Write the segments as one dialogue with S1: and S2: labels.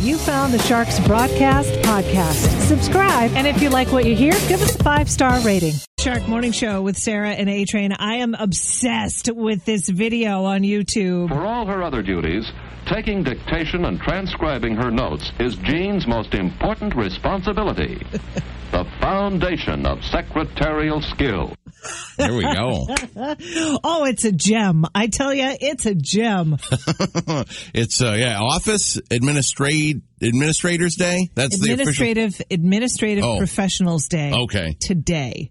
S1: You found the Sharks Broadcast Podcast. Subscribe, and if you like what you hear, give us a five star rating. Shark Morning Show with Sarah and A Train. I am obsessed with this video on YouTube.
S2: For all her other duties, taking dictation and transcribing her notes is Jean's most important responsibility. the foundation of secretarial skill.
S3: There we go.
S1: Oh, it's a gem. I tell you, it's a gem.
S3: it's uh, yeah, Office Administrate Administrators Day. That's the official.
S1: Administrative Administrative
S3: Oh.
S1: Professionals Day.
S3: Okay.
S1: Today.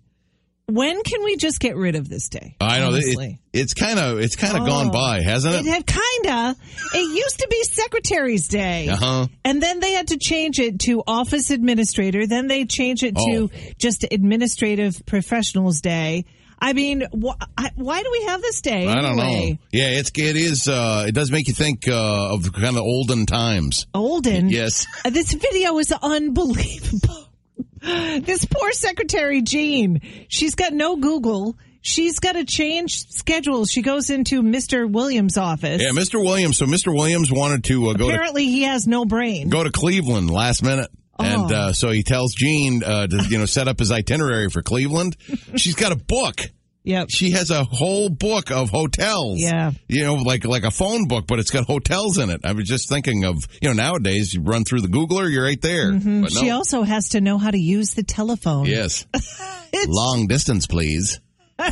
S1: When can we just get rid of this day?
S3: I know that it,
S1: honestly?
S3: it's kind of it's kind of gone
S1: Oh.
S3: by, hasn't
S1: It
S3: it?
S1: had kinda. It used to be Secretary's Day.
S3: Uh-huh.
S1: And then they had to change it to Office Administrator. Then they changed it
S3: Oh.
S1: to just Administrative Professionals Day. I mean, wh- I, why do we have this day?
S3: I don't know.
S1: anyway?
S3: Yeah, it's it is. Uh, it does make you think uh, of kind of olden times.
S1: Olden.
S3: Yes.
S1: Uh, This video is unbelievable. this poor secretary Jean, she's got no Google. She's got to change schedules. She goes into Mr. Williams' office.
S3: Yeah, Mr. Williams. So Mr. Williams wanted to uh, go to
S1: Apparently, he has no brain.
S3: go to Cleveland last minute.
S1: Oh.
S3: And uh, so he tells Gene uh, to you know set up his itinerary for Cleveland. She's got a book.
S1: Yep.
S3: She has a whole book of hotels.
S1: Yeah.
S3: you know, like like a phone book, but it's got hotels in it. I was just thinking of you know nowadays you run through the Googler, you're right there. But no.
S1: Mm-hmm. She also has to know how to use the telephone.
S3: yes,
S1: It's-
S3: long distance, please.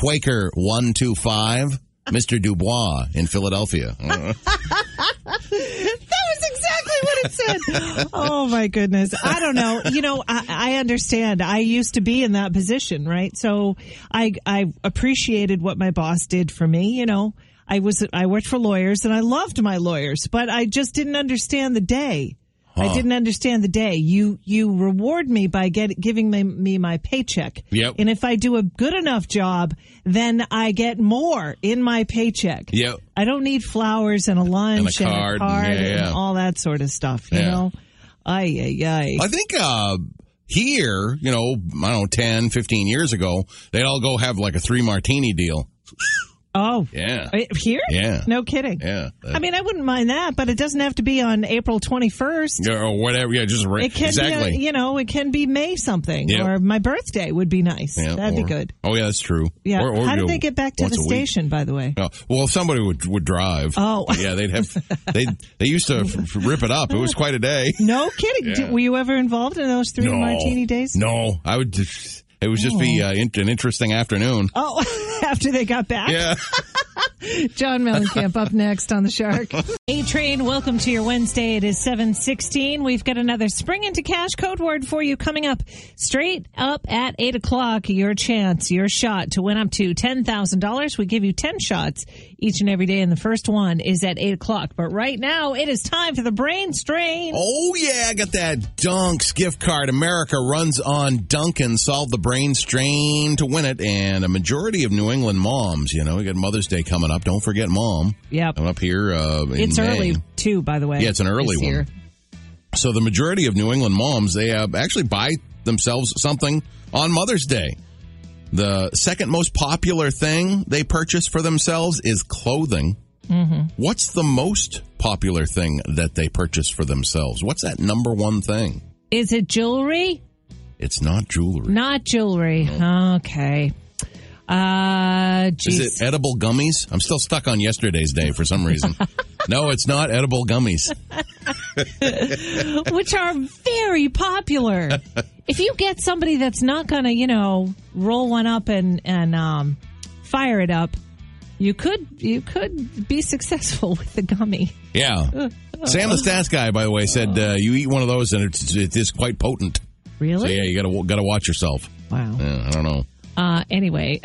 S3: Quaker one two five, Mister Dubois in Philadelphia.
S1: That was exactly what it said. oh my goodness. I don't know. You know, I, I understand. I used to be in that position, right? So I, I appreciated what my boss did for me. You know, I was, I worked for lawyers and I loved my lawyers, but I just didn't understand the day. I didn't understand the day. You, you reward me by get, giving me, me my paycheck.
S3: Yep.
S1: And if I do a good enough job, then I get more in my paycheck.
S3: Yep.
S1: I don't need flowers and a lunch
S3: And
S1: lunch and
S3: a card,
S1: a card
S3: yeah, yeah.
S1: and all that sort of stuff, you
S3: Yeah.
S1: know? Ay, ay, ay.
S3: I think uh, here, you know, I don't know, 10, 15 years ago, they'd all go have like a three martini deal.
S1: Oh.
S3: Yeah.
S1: Uh, Here?
S3: Yeah.
S1: No kidding.
S3: Yeah.
S1: I mean, I wouldn't mind that, but it doesn't have to be on April 21st.
S3: Yeah, or whatever. Yeah, just ra-
S1: It can
S3: exactly.
S1: be, a, you know, it can be May something
S3: Yeah.
S1: or my birthday would be nice.
S3: Yeah,
S1: That'd
S3: or-
S1: be good.
S3: Oh, yeah, that's true.
S1: Yeah.
S3: Or- or,
S1: How
S3: you know,
S1: did they get back to
S3: once
S1: the
S3: a week.
S1: station, by the way?
S3: No. Well, if somebody would would drive.
S1: Oh.
S3: yeah, they'd have they they used to f- f- rip it up. It was quite a day.
S1: No kidding.
S3: Yeah.
S1: Did- Were you ever involved in those three martini days?
S3: No, I would. Just, it would just be uh, in- an interesting afternoon.
S1: Oh, after they got back?
S3: Yeah.
S1: John Mellencamp up next on the Shark. A Train, welcome to your Wednesday. It is seven sixteen. We've got another spring into cash code word for you coming up straight up at eight o'clock. Your chance, your shot to win up to ten thousand dollars. We give you ten shots each and every day, and the first one is at eight o'clock. But right now, it is time for the brain strain.
S3: Oh yeah, I got that Dunks gift card. America runs on Dunkin', solve the brain strain to win it, and a majority of New England moms. You know, we got Mother's Day coming up. Don't forget, mom.
S1: Yep,
S3: I'm up here. Uh, in
S1: it's
S3: May.
S1: early too. By the way,
S3: Yeah, it's an early
S1: this
S3: one.
S1: year.
S3: So the majority of New England moms, they uh, actually buy themselves something on Mother's Day. The second most popular thing they purchase for themselves is clothing. What's the most popular thing that they purchase for themselves? What's that number one thing?
S1: Is it jewelry?
S3: It's not jewelry.
S1: Not jewelry. Okay. Uh, geez.
S3: Is it edible gummies? I'm still stuck on yesterday's day for some reason. no, it's not edible gummies.
S1: which are very popular. if you get somebody that's not gonna, you know, roll one up and and um, fire it up, you could you could be successful with the gummy.
S3: Yeah. Sam the stats guy, by the way, said uh, you eat one of those and it's, it is quite potent. So
S1: Really?
S3: yeah, you gotta gotta watch yourself.
S1: Wow.
S3: Yeah, I don't know.
S1: Uh, anyway,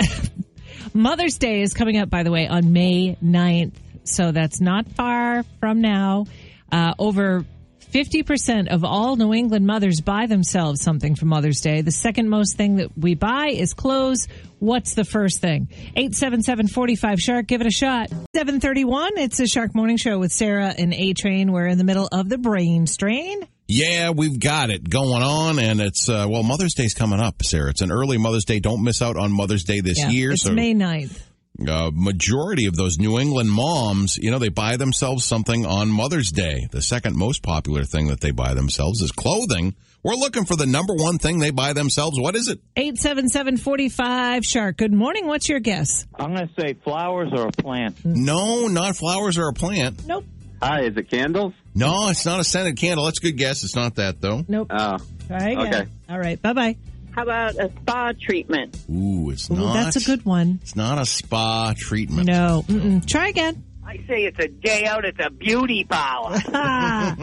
S1: Mother's Day is coming up, by the way, on May 9th. So that's not far from now. Uh, over 50% of all New England mothers buy themselves something for Mother's Day. The second most thing that we buy is clothes. What's the first thing? 877-45-SHARK. Give it a shot. 731. It's a Shark Morning Show with Sarah and A-Train. We're in the middle of the brain strain.
S3: Yeah, we've got it going on, and it's uh, well, Mother's Day's coming up, Sarah. It's an early Mother's Day. Don't miss out on Mother's Day this
S1: Yeah,
S3: year.
S1: it's
S3: so
S1: May 9th.
S3: uh, majority of those New England moms, you know, they buy themselves something on Mother's Day. The second most popular thing that they buy themselves is clothing. We're looking for the number one thing they buy themselves. What is it?
S1: 877-45 Shark. Good morning. What's your guess?
S4: I'm going to say flowers or a plant.
S3: No, not flowers or a plant.
S1: Nope.
S4: Hi, is it candles?
S3: No, it's not a scented candle. That's a good guess. It's not that though.
S1: Nope.
S4: Oh,
S1: Try again.
S4: okay.
S1: All right. Bye-bye.
S5: How about a spa treatment?
S3: Ooh, it's
S1: Ooh,
S3: not.
S1: that's a good one.
S3: It's not a spa treatment.
S1: No. Mm-mm. Try again.
S5: I say it's a day out at the beauty parlor.
S1: Ah.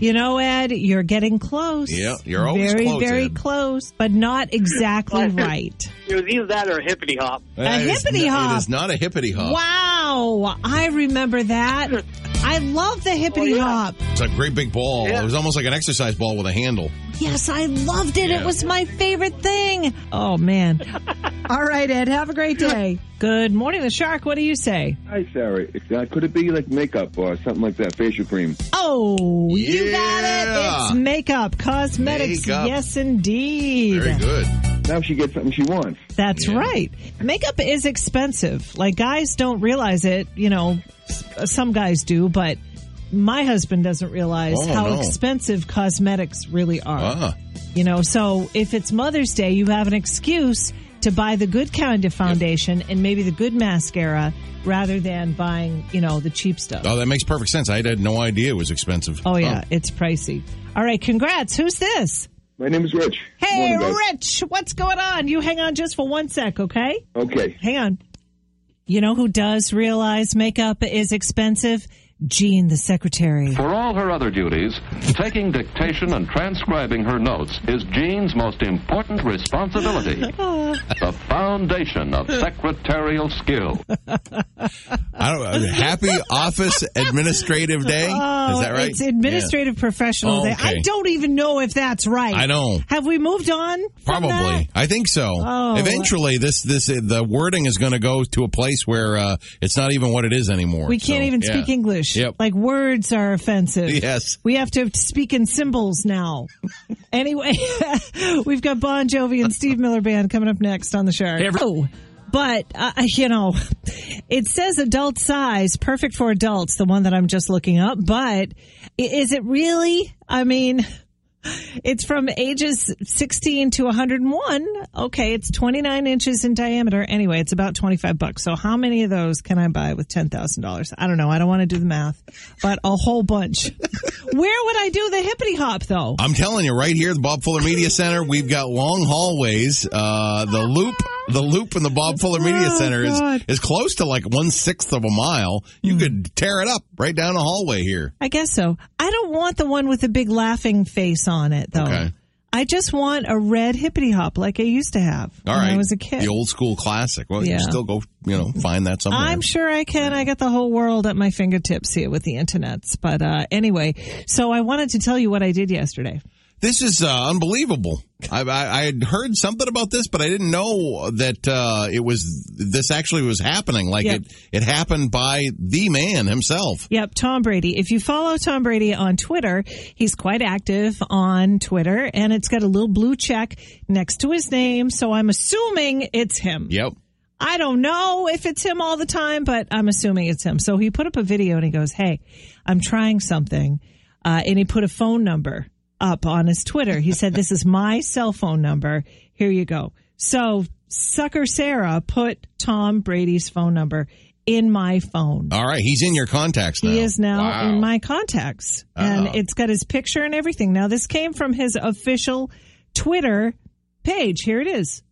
S1: you know, Ed, you're getting close.
S3: Yeah, you're always
S1: very,
S3: close,
S1: very
S3: Ed.
S1: close, but not exactly right.
S5: it was either that or a hippity hop.
S3: That is
S1: hippity
S3: n-
S1: hop.
S3: It is not a hippity
S1: Uh.
S3: hop.
S1: Wow, I remember that. I love the hippity
S5: Oh, yeah.
S1: hop.
S3: It's a great big ball.
S5: Yeah.
S3: It was almost like an exercise ball with a handle.
S1: Yes, I loved it.
S3: Yeah.
S1: It was my favorite thing. Oh man. All right, Ed, have a great day. Good morning, the shark. What do you say?
S6: Hi, Sarah. Uh, could it be like makeup or something like that? Facial cream.
S1: Oh, you
S3: Yeah.
S1: got it. It's makeup, cosmetics.
S3: Makeup.
S1: Yes, indeed.
S3: Very good.
S6: Now she gets something she wants.
S1: That's
S3: Yeah.
S1: right. Makeup is expensive. Like guys don't realize it. You know, s- some guys do, but my husband doesn't realize
S3: Oh,
S1: how
S3: no.
S1: expensive cosmetics really are.
S3: Ah,
S1: You know, so if it's Mother's Day, you have an excuse to buy the good kind of foundation and maybe the good mascara rather than buying, you know, the cheap stuff.
S3: oh, that makes perfect sense. I had no idea it was expensive.
S1: oh yeah, it's pricey. All right, congrats. Who's this?
S6: My name is Rich.
S1: Hey,
S6: Morning, guys.
S1: Rich, what's going on? You hang on just for one sec, okay?
S6: Okay.
S1: Hang on. You know who does realize makeup is expensive? Jean, the secretary.
S2: For all her other duties, taking dictation and transcribing her notes is Jean's most important responsibility. the foundation of secretarial skill.
S3: Oh, I don't. Happy Office Administrative Day. is that right?
S1: Oh, It's administrative professional
S3: Oh,
S1: day.
S3: okay.
S1: I don't even know if that's right.
S3: I know.
S1: Have we moved on? from that?
S3: Probably, I think so.
S1: Oh.
S3: Eventually, this this uh, the wording is going to go to a place where uh, it's not even what it is anymore.
S1: We can't
S3: So,
S1: even
S3: yeah.
S1: speak English.
S3: Yep.
S1: Like words are offensive.
S3: Yes.
S1: We have to speak in symbols now. anyway, we've got Bon Jovi and Steve Miller Band coming up next on the Shark. Oh, but, uh, you know, it says adult size, perfect for adults, the one that I'm just looking up. But i- is it really? I mean, it's from ages 16 to 101. Okay, it's 29 inches in diameter. Anyway, it's about 25 bucks. So how many of those can I buy with $10,000? I don't know. I don't want to do the math, but a whole bunch. Where would I do the hippity hop though?
S3: I'm telling you, right here at the Bob Fuller Media Center, we've got long hallways. Uh, the loop, the loop in the Bob Fuller Media
S1: Oh,
S3: Center is,
S1: God.
S3: is close to like one sixth of a mile. You
S1: Hmm.
S3: could tear it up right down the hallway here.
S1: I guess so. I don't want the one with the big laughing face on it though.
S3: Okay.
S1: I just want a red hippity hop like I used to have
S3: All
S1: when
S3: right.
S1: I was a kid.
S3: The old school classic. Well,
S1: Yeah.
S3: you still go, you know, find that somewhere.
S1: I'm sure I can. I got the whole world at my fingertips here with the internets. But uh, anyway, so I wanted to tell you what I did yesterday.
S3: This is uh, unbelievable. I, I, I had heard something about this, but I didn't know that uh, it was this actually was happening. Like
S1: Yeah.
S3: it, it happened by the man himself.
S1: Yep, Tom Brady. If you follow Tom Brady on Twitter, he's quite active on Twitter, and it's got a little blue check next to his name. So I'm assuming it's him.
S3: Yep.
S1: I don't know if it's him all the time, but I'm assuming it's him. So he put up a video and he goes, Hey, I'm trying something. Uh, and he put a phone number up on his Twitter. He said, This is my cell phone number. Here you go. So Sucker Sarah put Tom Brady's phone number in my phone.
S3: All right. He's in your contacts now.
S1: He is now
S3: Wow.
S1: in my contacts. And it's got his picture and everything. Now, this came from his official Twitter page. Here it is.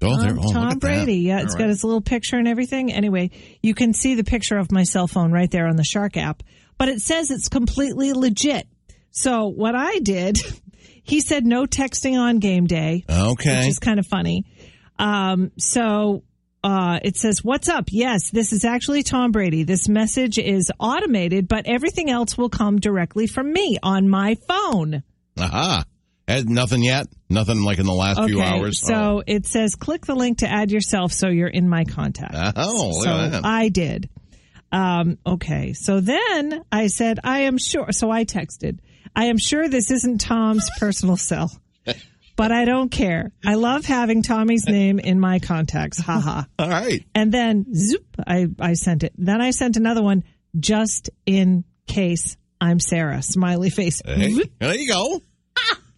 S3: Oh, there-
S1: Um,
S3: oh, look
S1: Tom
S3: at that.
S1: Brady. Yeah,
S3: All
S1: it's
S3: right.
S1: got his little picture and everything. Anyway, you can see the picture of my cell phone right there on the Shark app, but it says it's completely legit. So what I did, he said no texting on game day, which
S3: Okay.
S1: is kind of funny. Um, so uh, it says, "What's up?" Yes, this is actually Tom Brady. This message is automated, but everything else will come directly from me on my phone.
S3: Aha. Had nothing yet. Nothing like in the last few hours. Oh.
S1: So it says click the link to add yourself so you're in my contact.
S3: Oh, Oh, look
S1: so
S3: at that.
S1: I did. Um, okay. So then I said, I am sure. So I texted, I am sure this isn't Tom's personal cell. but I don't care. I love having Tommy's name in my contacts. Haha.
S3: All right.
S1: And then zoop, I, I sent it. Then I sent another one just in case I'm Sarah. Smiley face.
S3: Hey, there you go.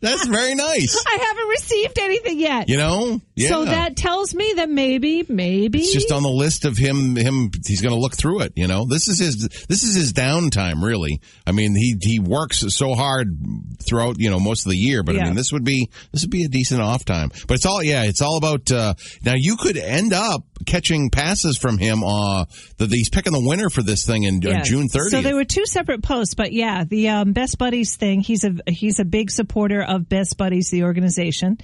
S3: That's very nice.
S7: I haven't received anything yet.
S3: You know? Yeah.
S7: So that tells me that maybe, maybe.
S3: it's just on the list of him him he's going to look through it, you know. This is his this is his downtime really. I mean, he he works so hard throughout, you know, most of the year, but I
S1: Yeah.
S3: mean, this would be this would be a decent off time. But it's all yeah, it's all about uh now you could end up catching passes from him uh that he's picking the winner for this thing in uh,
S1: Yes.
S3: June 30th.
S1: So there were two separate posts, but yeah, the um, Best Buddies thing. He's a he's a big supporter of Best Buddies, the organization,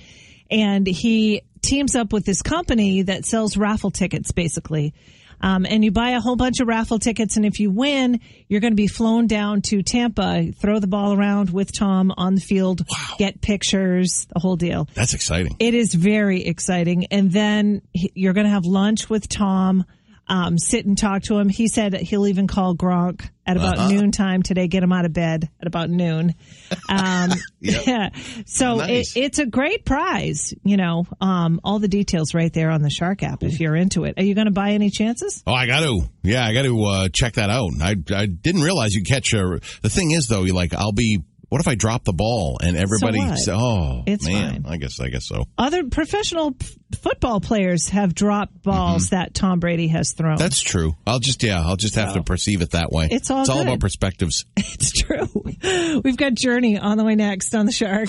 S1: and he teams up with this company that sells raffle tickets, basically. Um, and you buy a whole bunch of raffle tickets, and if you win, you're going to be flown down to Tampa, throw the ball around with Tom on the field, get pictures, the whole deal.
S3: That's exciting.
S1: It is very exciting. And then he- you're going to have lunch with Tom, um, sit and talk to him. He said he'll even call Gronk at about
S3: Uh-huh.
S1: noon time today, get him out of bed at about noon. Um, yeah. So
S3: Nice.
S1: it, it's a great prize, you know, um, all the details right there on the Shark app if you're into it. Are you going to buy any chances?
S3: Oh, I got to. Yeah, I got to uh, check that out. I I didn't realize you catch a. The thing is, though, you like I'll be. What if I drop the ball and everybody?
S1: what?
S3: sa- oh,
S1: It's
S3: man.
S1: fine. Oh.
S3: I guess I guess so.
S1: Other professional p- football players have dropped balls that Tom Brady has thrown.
S3: Mm-hmm. That's true. I'll just yeah. I'll just have to perceive it that way.
S1: Oh. It's all
S3: It's all
S1: good.
S3: about perspectives.
S1: It's true. We've got Journey on the way next on the Shark.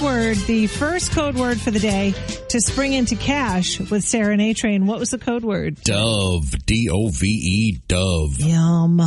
S1: Word, the first code word for the day to spring into cash with Sarah and A Train. What was the code word?
S3: Dove. D O V E. Dove.
S1: Yum.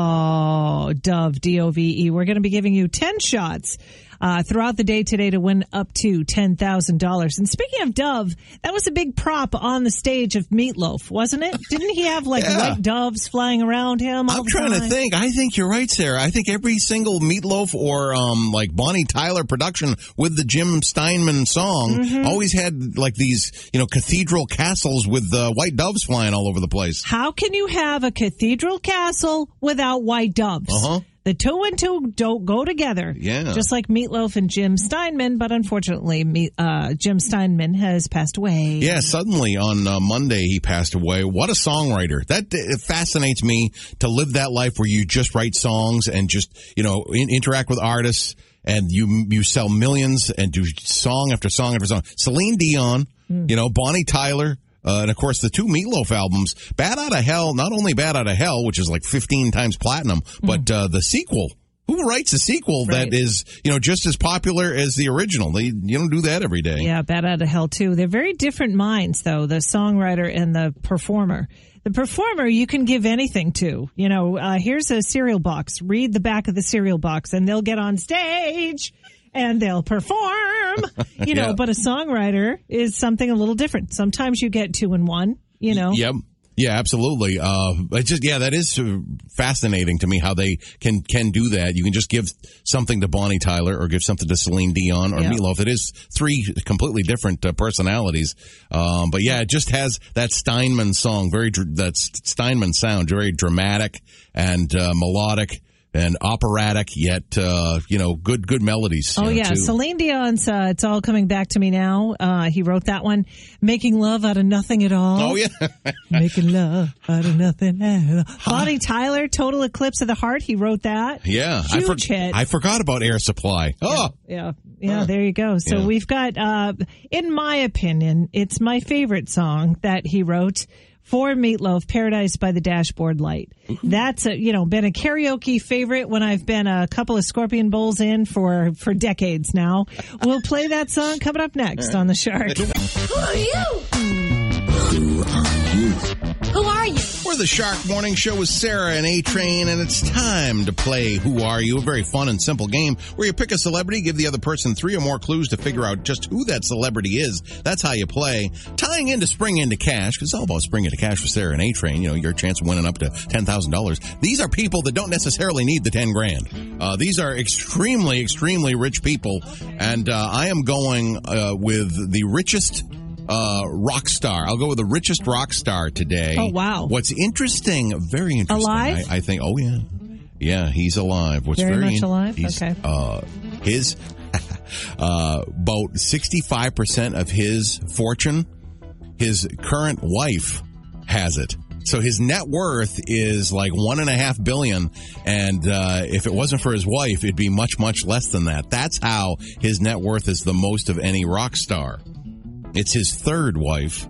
S1: Oh, Dove, D O V E. We're going to be giving you 10 shots uh, throughout the day today to win up to $10,000. And speaking of Dove, that was a big prop on the stage of Meatloaf, wasn't it? Didn't he have like
S3: Yeah.
S1: white doves flying around him? all
S3: I'm
S1: the
S3: trying to
S1: time?
S3: think. I think you're right, Sarah. I think every single Meatloaf or um, like Bonnie Tyler production with the Jim Steinman song always had like these, you know, cathedral castles with uh, white doves flying all over the place.
S1: How can you have a cathedral castle without white doves?
S3: Uh-huh.
S1: The two and two don't go together.
S3: Yeah.
S1: Just like Meatloaf and Jim Steinman, but unfortunately, Me- uh, Jim Steinman has passed away.
S3: Yeah, suddenly on uh, Monday he passed away. What a songwriter! That it fascinates me to live that life where you just write songs and just you know in, interact with artists and you you sell millions and do song after song after song. Celine Dion, you know Bonnie Tyler. Uh, and of course, the two Meatloaf albums, "Bad Out of Hell," not only "Bad Out of Hell," which is like 15 times platinum, but uh, the sequel. Who writes a sequel that
S1: Right.
S3: is, you know, just as popular as the original? They, you don't do that every day.
S1: Yeah, Bad Out of Hell too. They're very different minds though, the songwriter and the performer. The performer you can give anything to. You know, uh, here's a cereal box. Read the back of the cereal box and they'll get on stage and they'll perform. You know,
S3: Yeah.
S1: but a songwriter is something a little different. Sometimes you get two in one, you know.
S3: Yep. Yeah, absolutely. Uh, it just yeah, that is uh, fascinating to me how they can can do that. You can just give something to Bonnie Tyler or give something to Celine Dion or
S1: Yeah.
S3: Meatloaf. It is three completely different uh, personalities. Um, but yeah, it just has that Steinman song, very dr- that S- Steinman sound, very dramatic and uh, melodic and operatic, yet uh, you know, good good melodies. you
S1: Oh
S3: know,
S1: yeah,
S3: too.
S1: Celine Dion's uh, "It's All Coming Back to Me Now." Uh, he wrote that one, "Making Love Out of Nothing at All."
S3: Oh yeah.
S1: Making love out of nothing. At all. Bonnie Tyler, Total Eclipse of the Heart. He wrote that.
S3: Yeah, I,
S1: Huge
S3: for-
S1: hit.
S3: I forgot about Air Supply. Oh,
S1: Yeah, yeah. There you go. So we've got, uh, in my opinion, it's my favorite song that he wrote for Meatloaf, "Paradise by the Dashboard Light." That's a you know been a karaoke favorite when I've been a couple of Scorpion bowls in for for decades now. We'll play that song coming up next on the Shark.
S8: Who are you? Who are you?
S3: We're the Shark Morning Show with Sarah and A Train, and it's time to play Who Are You? A very fun and simple game where you pick a celebrity, give the other person three or more clues to figure out just who that celebrity is. That's how you play. Tying into Spring Into Cash, because it's all about Spring Into Cash for Sarah and A Train, you know, your chance of winning up to $10,000. These are people that don't necessarily need the 10 grand. Uh, these are extremely, extremely rich people, and uh, I am going uh, with the richest uh, rock star. I'll go with the richest rock star today.
S1: Oh, wow.
S3: What's interesting, very interesting.
S1: Alive?
S3: I, I think. Oh yeah, yeah, he's alive. What's
S1: Very
S3: very
S1: much alive?
S3: he's,
S1: Okay.
S3: Uh, his Uh, about 65% of his fortune, his current wife has it. So his net worth is like one and a half billion. And uh, if it wasn't for his wife, it'd be much, much less than that. That's how his net worth is the most of any rock star. It's his third wife.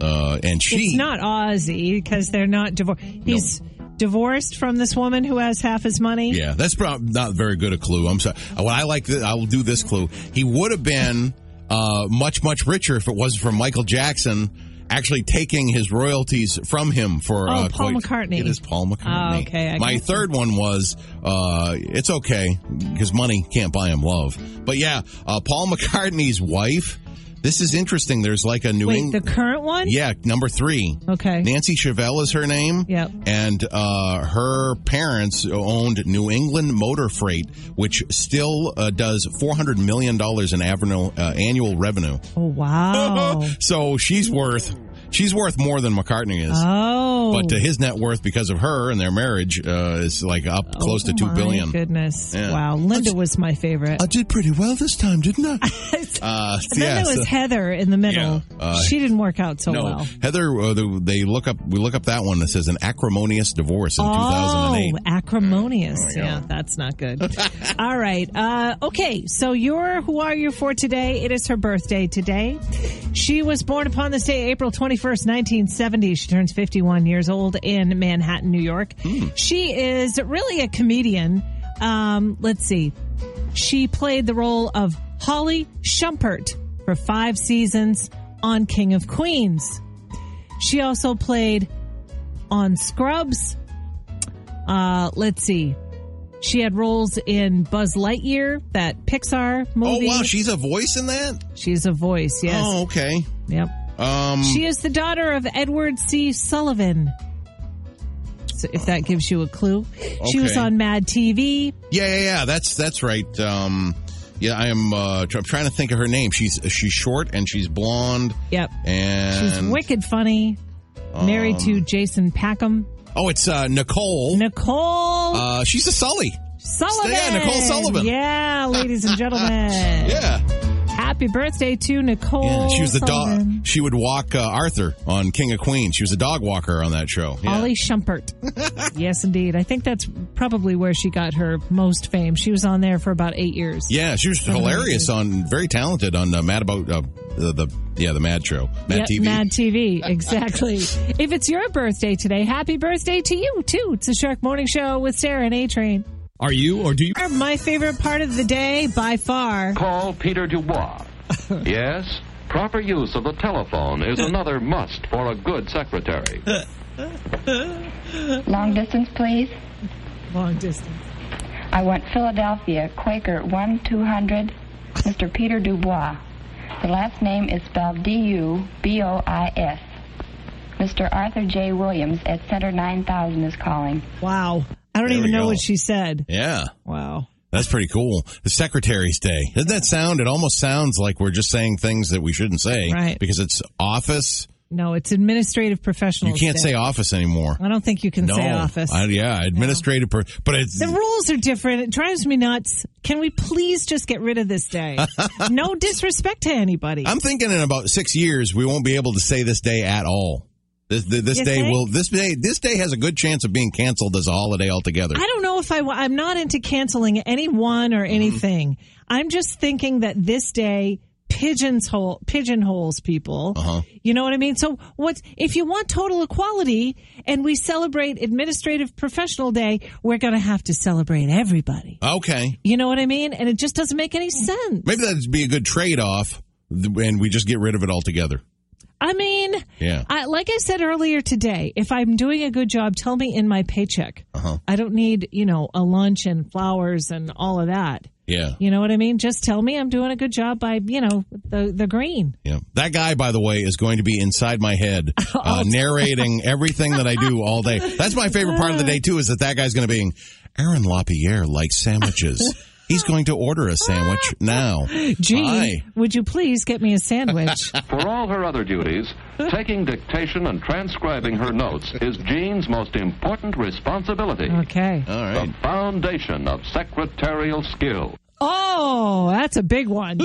S3: Uh, and she.
S1: It's not Aussie because they're not divorced. He's divorced from this woman who has half his money.
S3: Yeah, that's probably not very good a clue. I'm sorry. What I like, th- I will do this clue. He would have been uh, much, much richer if it wasn't for Michael Jackson actually taking his royalties from him for
S1: Oh,
S3: uh,
S1: Paul
S3: quite-
S1: McCartney.
S3: It is Paul McCartney.
S1: Oh, okay, I
S3: My
S1: guess.
S3: third one was uh, it's okay because money can't buy him love. But yeah, uh, Paul McCartney's wife. This is interesting. There's like a New
S1: Wait, the Oh,
S3: England.
S1: current one?
S3: yeah, number three.
S1: Okay.
S3: Nancy Chevelle is her name.
S1: Yep.
S3: And uh, her parents owned New England Motor Freight, which still uh, does $400 million in avenue, uh, annual revenue.
S1: Oh, wow.
S3: So she's worth. She's worth more than McCartney is,
S1: oh.
S3: but uh, his net worth because of her and their marriage uh, is like up close to two
S1: Oh my
S3: billion.
S1: goodness.
S3: Yeah.
S1: Wow. Linda was my favorite.
S3: I did pretty well this time, didn't I? uh,
S1: And then
S3: yeah,
S1: there was
S3: so-
S1: Heather in the middle.
S3: Yeah, uh,
S1: she didn't work out so
S3: no,
S1: well.
S3: Heather. Uh, the- they look up. We look up that one that says an acrimonious divorce in 2008.
S1: Oh, acrimonious.
S3: Yeah.
S1: yeah, that's not good. All right. Uh, okay, so your Who Are You for today? It is her birthday today. She was born upon this day, April 21st, 1970. She turns 51 years old in Manhattan, New York. She is really a comedian. Um, let's see. She played the role of Holly Schumpert for five seasons on King of Queens. She also played on Scrubs. Uh, let's see. She had roles in Buzz Lightyear, that Pixar
S3: Oh
S1: movie.
S3: wow, she's a voice in that.
S1: She's a voice, yes.
S3: Oh okay.
S1: Yep.
S3: Um,
S1: She is the daughter of Edward C. Sullivan. So if that gives you a clue. She was
S3: Okay.
S1: on Mad TV.
S3: yeah, yeah, yeah. That's that's right. Um, yeah, I am. Uh, tr- I'm trying to think of her name. She's she's short and she's blonde
S1: Yep.
S3: and um,
S1: She's wicked funny. Married to Jason Packham.
S3: Oh, it's uh, Nicole.
S1: Nicole
S3: uh, she's a Sully.
S1: Sullivan.
S3: yeah, Nicole Sullivan.
S1: Yeah, ladies and gentlemen.
S3: Yeah,
S1: Happy birthday to Nicole.
S3: yeah. She was the
S1: Sullivan.
S3: dog. She would walk uh, Arthur on King of Queens. She was a dog walker on that show. Yeah.
S1: Ollie Schumpert. yes, indeed. I think that's probably where she got her most fame. She was on there for about eight years.
S3: Yeah, she was hilarious on, very talented on uh, Mad About uh, the, the yeah the Mad Show, Mad
S1: Yep,
S3: TV.
S1: Mad TV, exactly. if it's your birthday today, happy birthday to you, too. It's the Shark Morning Show with Sarah and A Train.
S9: Are you or do you?
S1: My favorite part of the day by far.
S2: Call Peter Dubois. yes, proper use of the telephone is another must for a good secretary.
S10: Long distance, please.
S1: Long distance.
S10: I want Philadelphia, Quaker 1200, Mr. Peter Dubois. The last name is spelled D U B O I S. Mr. Arthur J. Williams at Center 9000 is calling.
S1: Wow. I don't
S3: There
S1: even
S3: we
S1: know
S3: go.
S1: what she said.
S3: Yeah.
S1: Wow.
S3: That's pretty cool. The Secretary's Day. Doesn't that sound? It almost sounds like we're just saying things that we shouldn't say.
S1: Right.
S3: Because it's office.
S1: No, it's administrative
S3: You
S1: professionals.
S3: can't
S1: Day.
S3: say office anymore.
S1: Oh, I don't think you can
S3: no.
S1: say office.
S3: I- yeah, administrative. Per- but it's.
S1: The rules are different. It drives me nuts. Can we please just get rid of this day? no disrespect to anybody.
S3: I'm thinking in about six years we won't be able to say this day at all. This this, this
S1: You
S3: day
S1: think?
S3: will this day this day has a good chance of being canceled as a holiday altogether.
S1: I don't know if I. wa- I'm not into canceling anyone or
S3: Mm-hmm.
S1: anything. I'm just thinking that this day pigeonhole pigeonholes people.
S3: Uh-huh.
S1: You know what I mean? So what's if you want total equality and we celebrate Administrative Professional Day, we're going to have to celebrate everybody.
S3: okay.
S1: You know what I mean? And it just doesn't make any sense.
S3: Maybe that'd be a good trade off, and we just get rid of it altogether.
S1: I mean,
S3: Yeah.
S1: I, like I said earlier today, if I'm doing a good job, tell me in my paycheck.
S3: Uh-huh.
S1: I don't need, you know, a lunch and flowers and all of that.
S3: Yeah.
S1: You know what I mean? Just tell me I'm doing a good job by, you know, the the green.
S3: Yeah. That guy, by the way, is going to be inside my head, uh, narrating everything that I do all day. That's my favorite part of the day, too, is that that guy's going to be, Aaron LaPierre likes sandwiches. He's going to order a sandwich now.
S1: Gee,
S3: Hi.
S1: would you please get me a sandwich?
S2: For all her other duties, taking dictation and transcribing her notes is Jean's most important responsibility.
S1: okay.
S3: All
S2: The
S3: right.
S2: foundation of secretarial skill.
S1: Oh, that's that's a big one.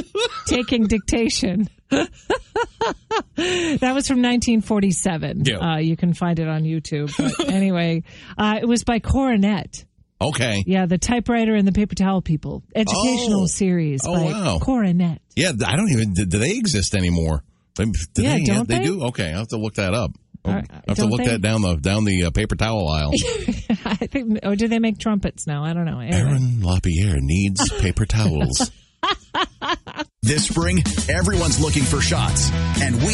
S1: Taking dictation. that was from 1947.
S3: Yeah.
S1: Uh, you can find it on YouTube. But anyway, uh, it was by Coronet.
S3: Okay.
S1: Yeah, the typewriter and the paper towel people. Educational
S3: Oh.
S1: series
S3: Oh,
S1: by
S3: wow.
S1: Coronet.
S3: Yeah, I don't even. Do do they exist anymore? They, do
S1: Yeah,
S3: they,
S1: don't they?
S3: do. Okay, I have to look that up.
S1: All
S3: I
S1: right,
S3: have to
S1: don't
S3: look
S1: they?
S3: that down the down the uh, paper towel aisle.
S1: I think, or do they make trumpets now? I don't know. Anyway.
S3: Aaron Lapierre needs paper towels.
S11: This spring, everyone's looking for shots, and we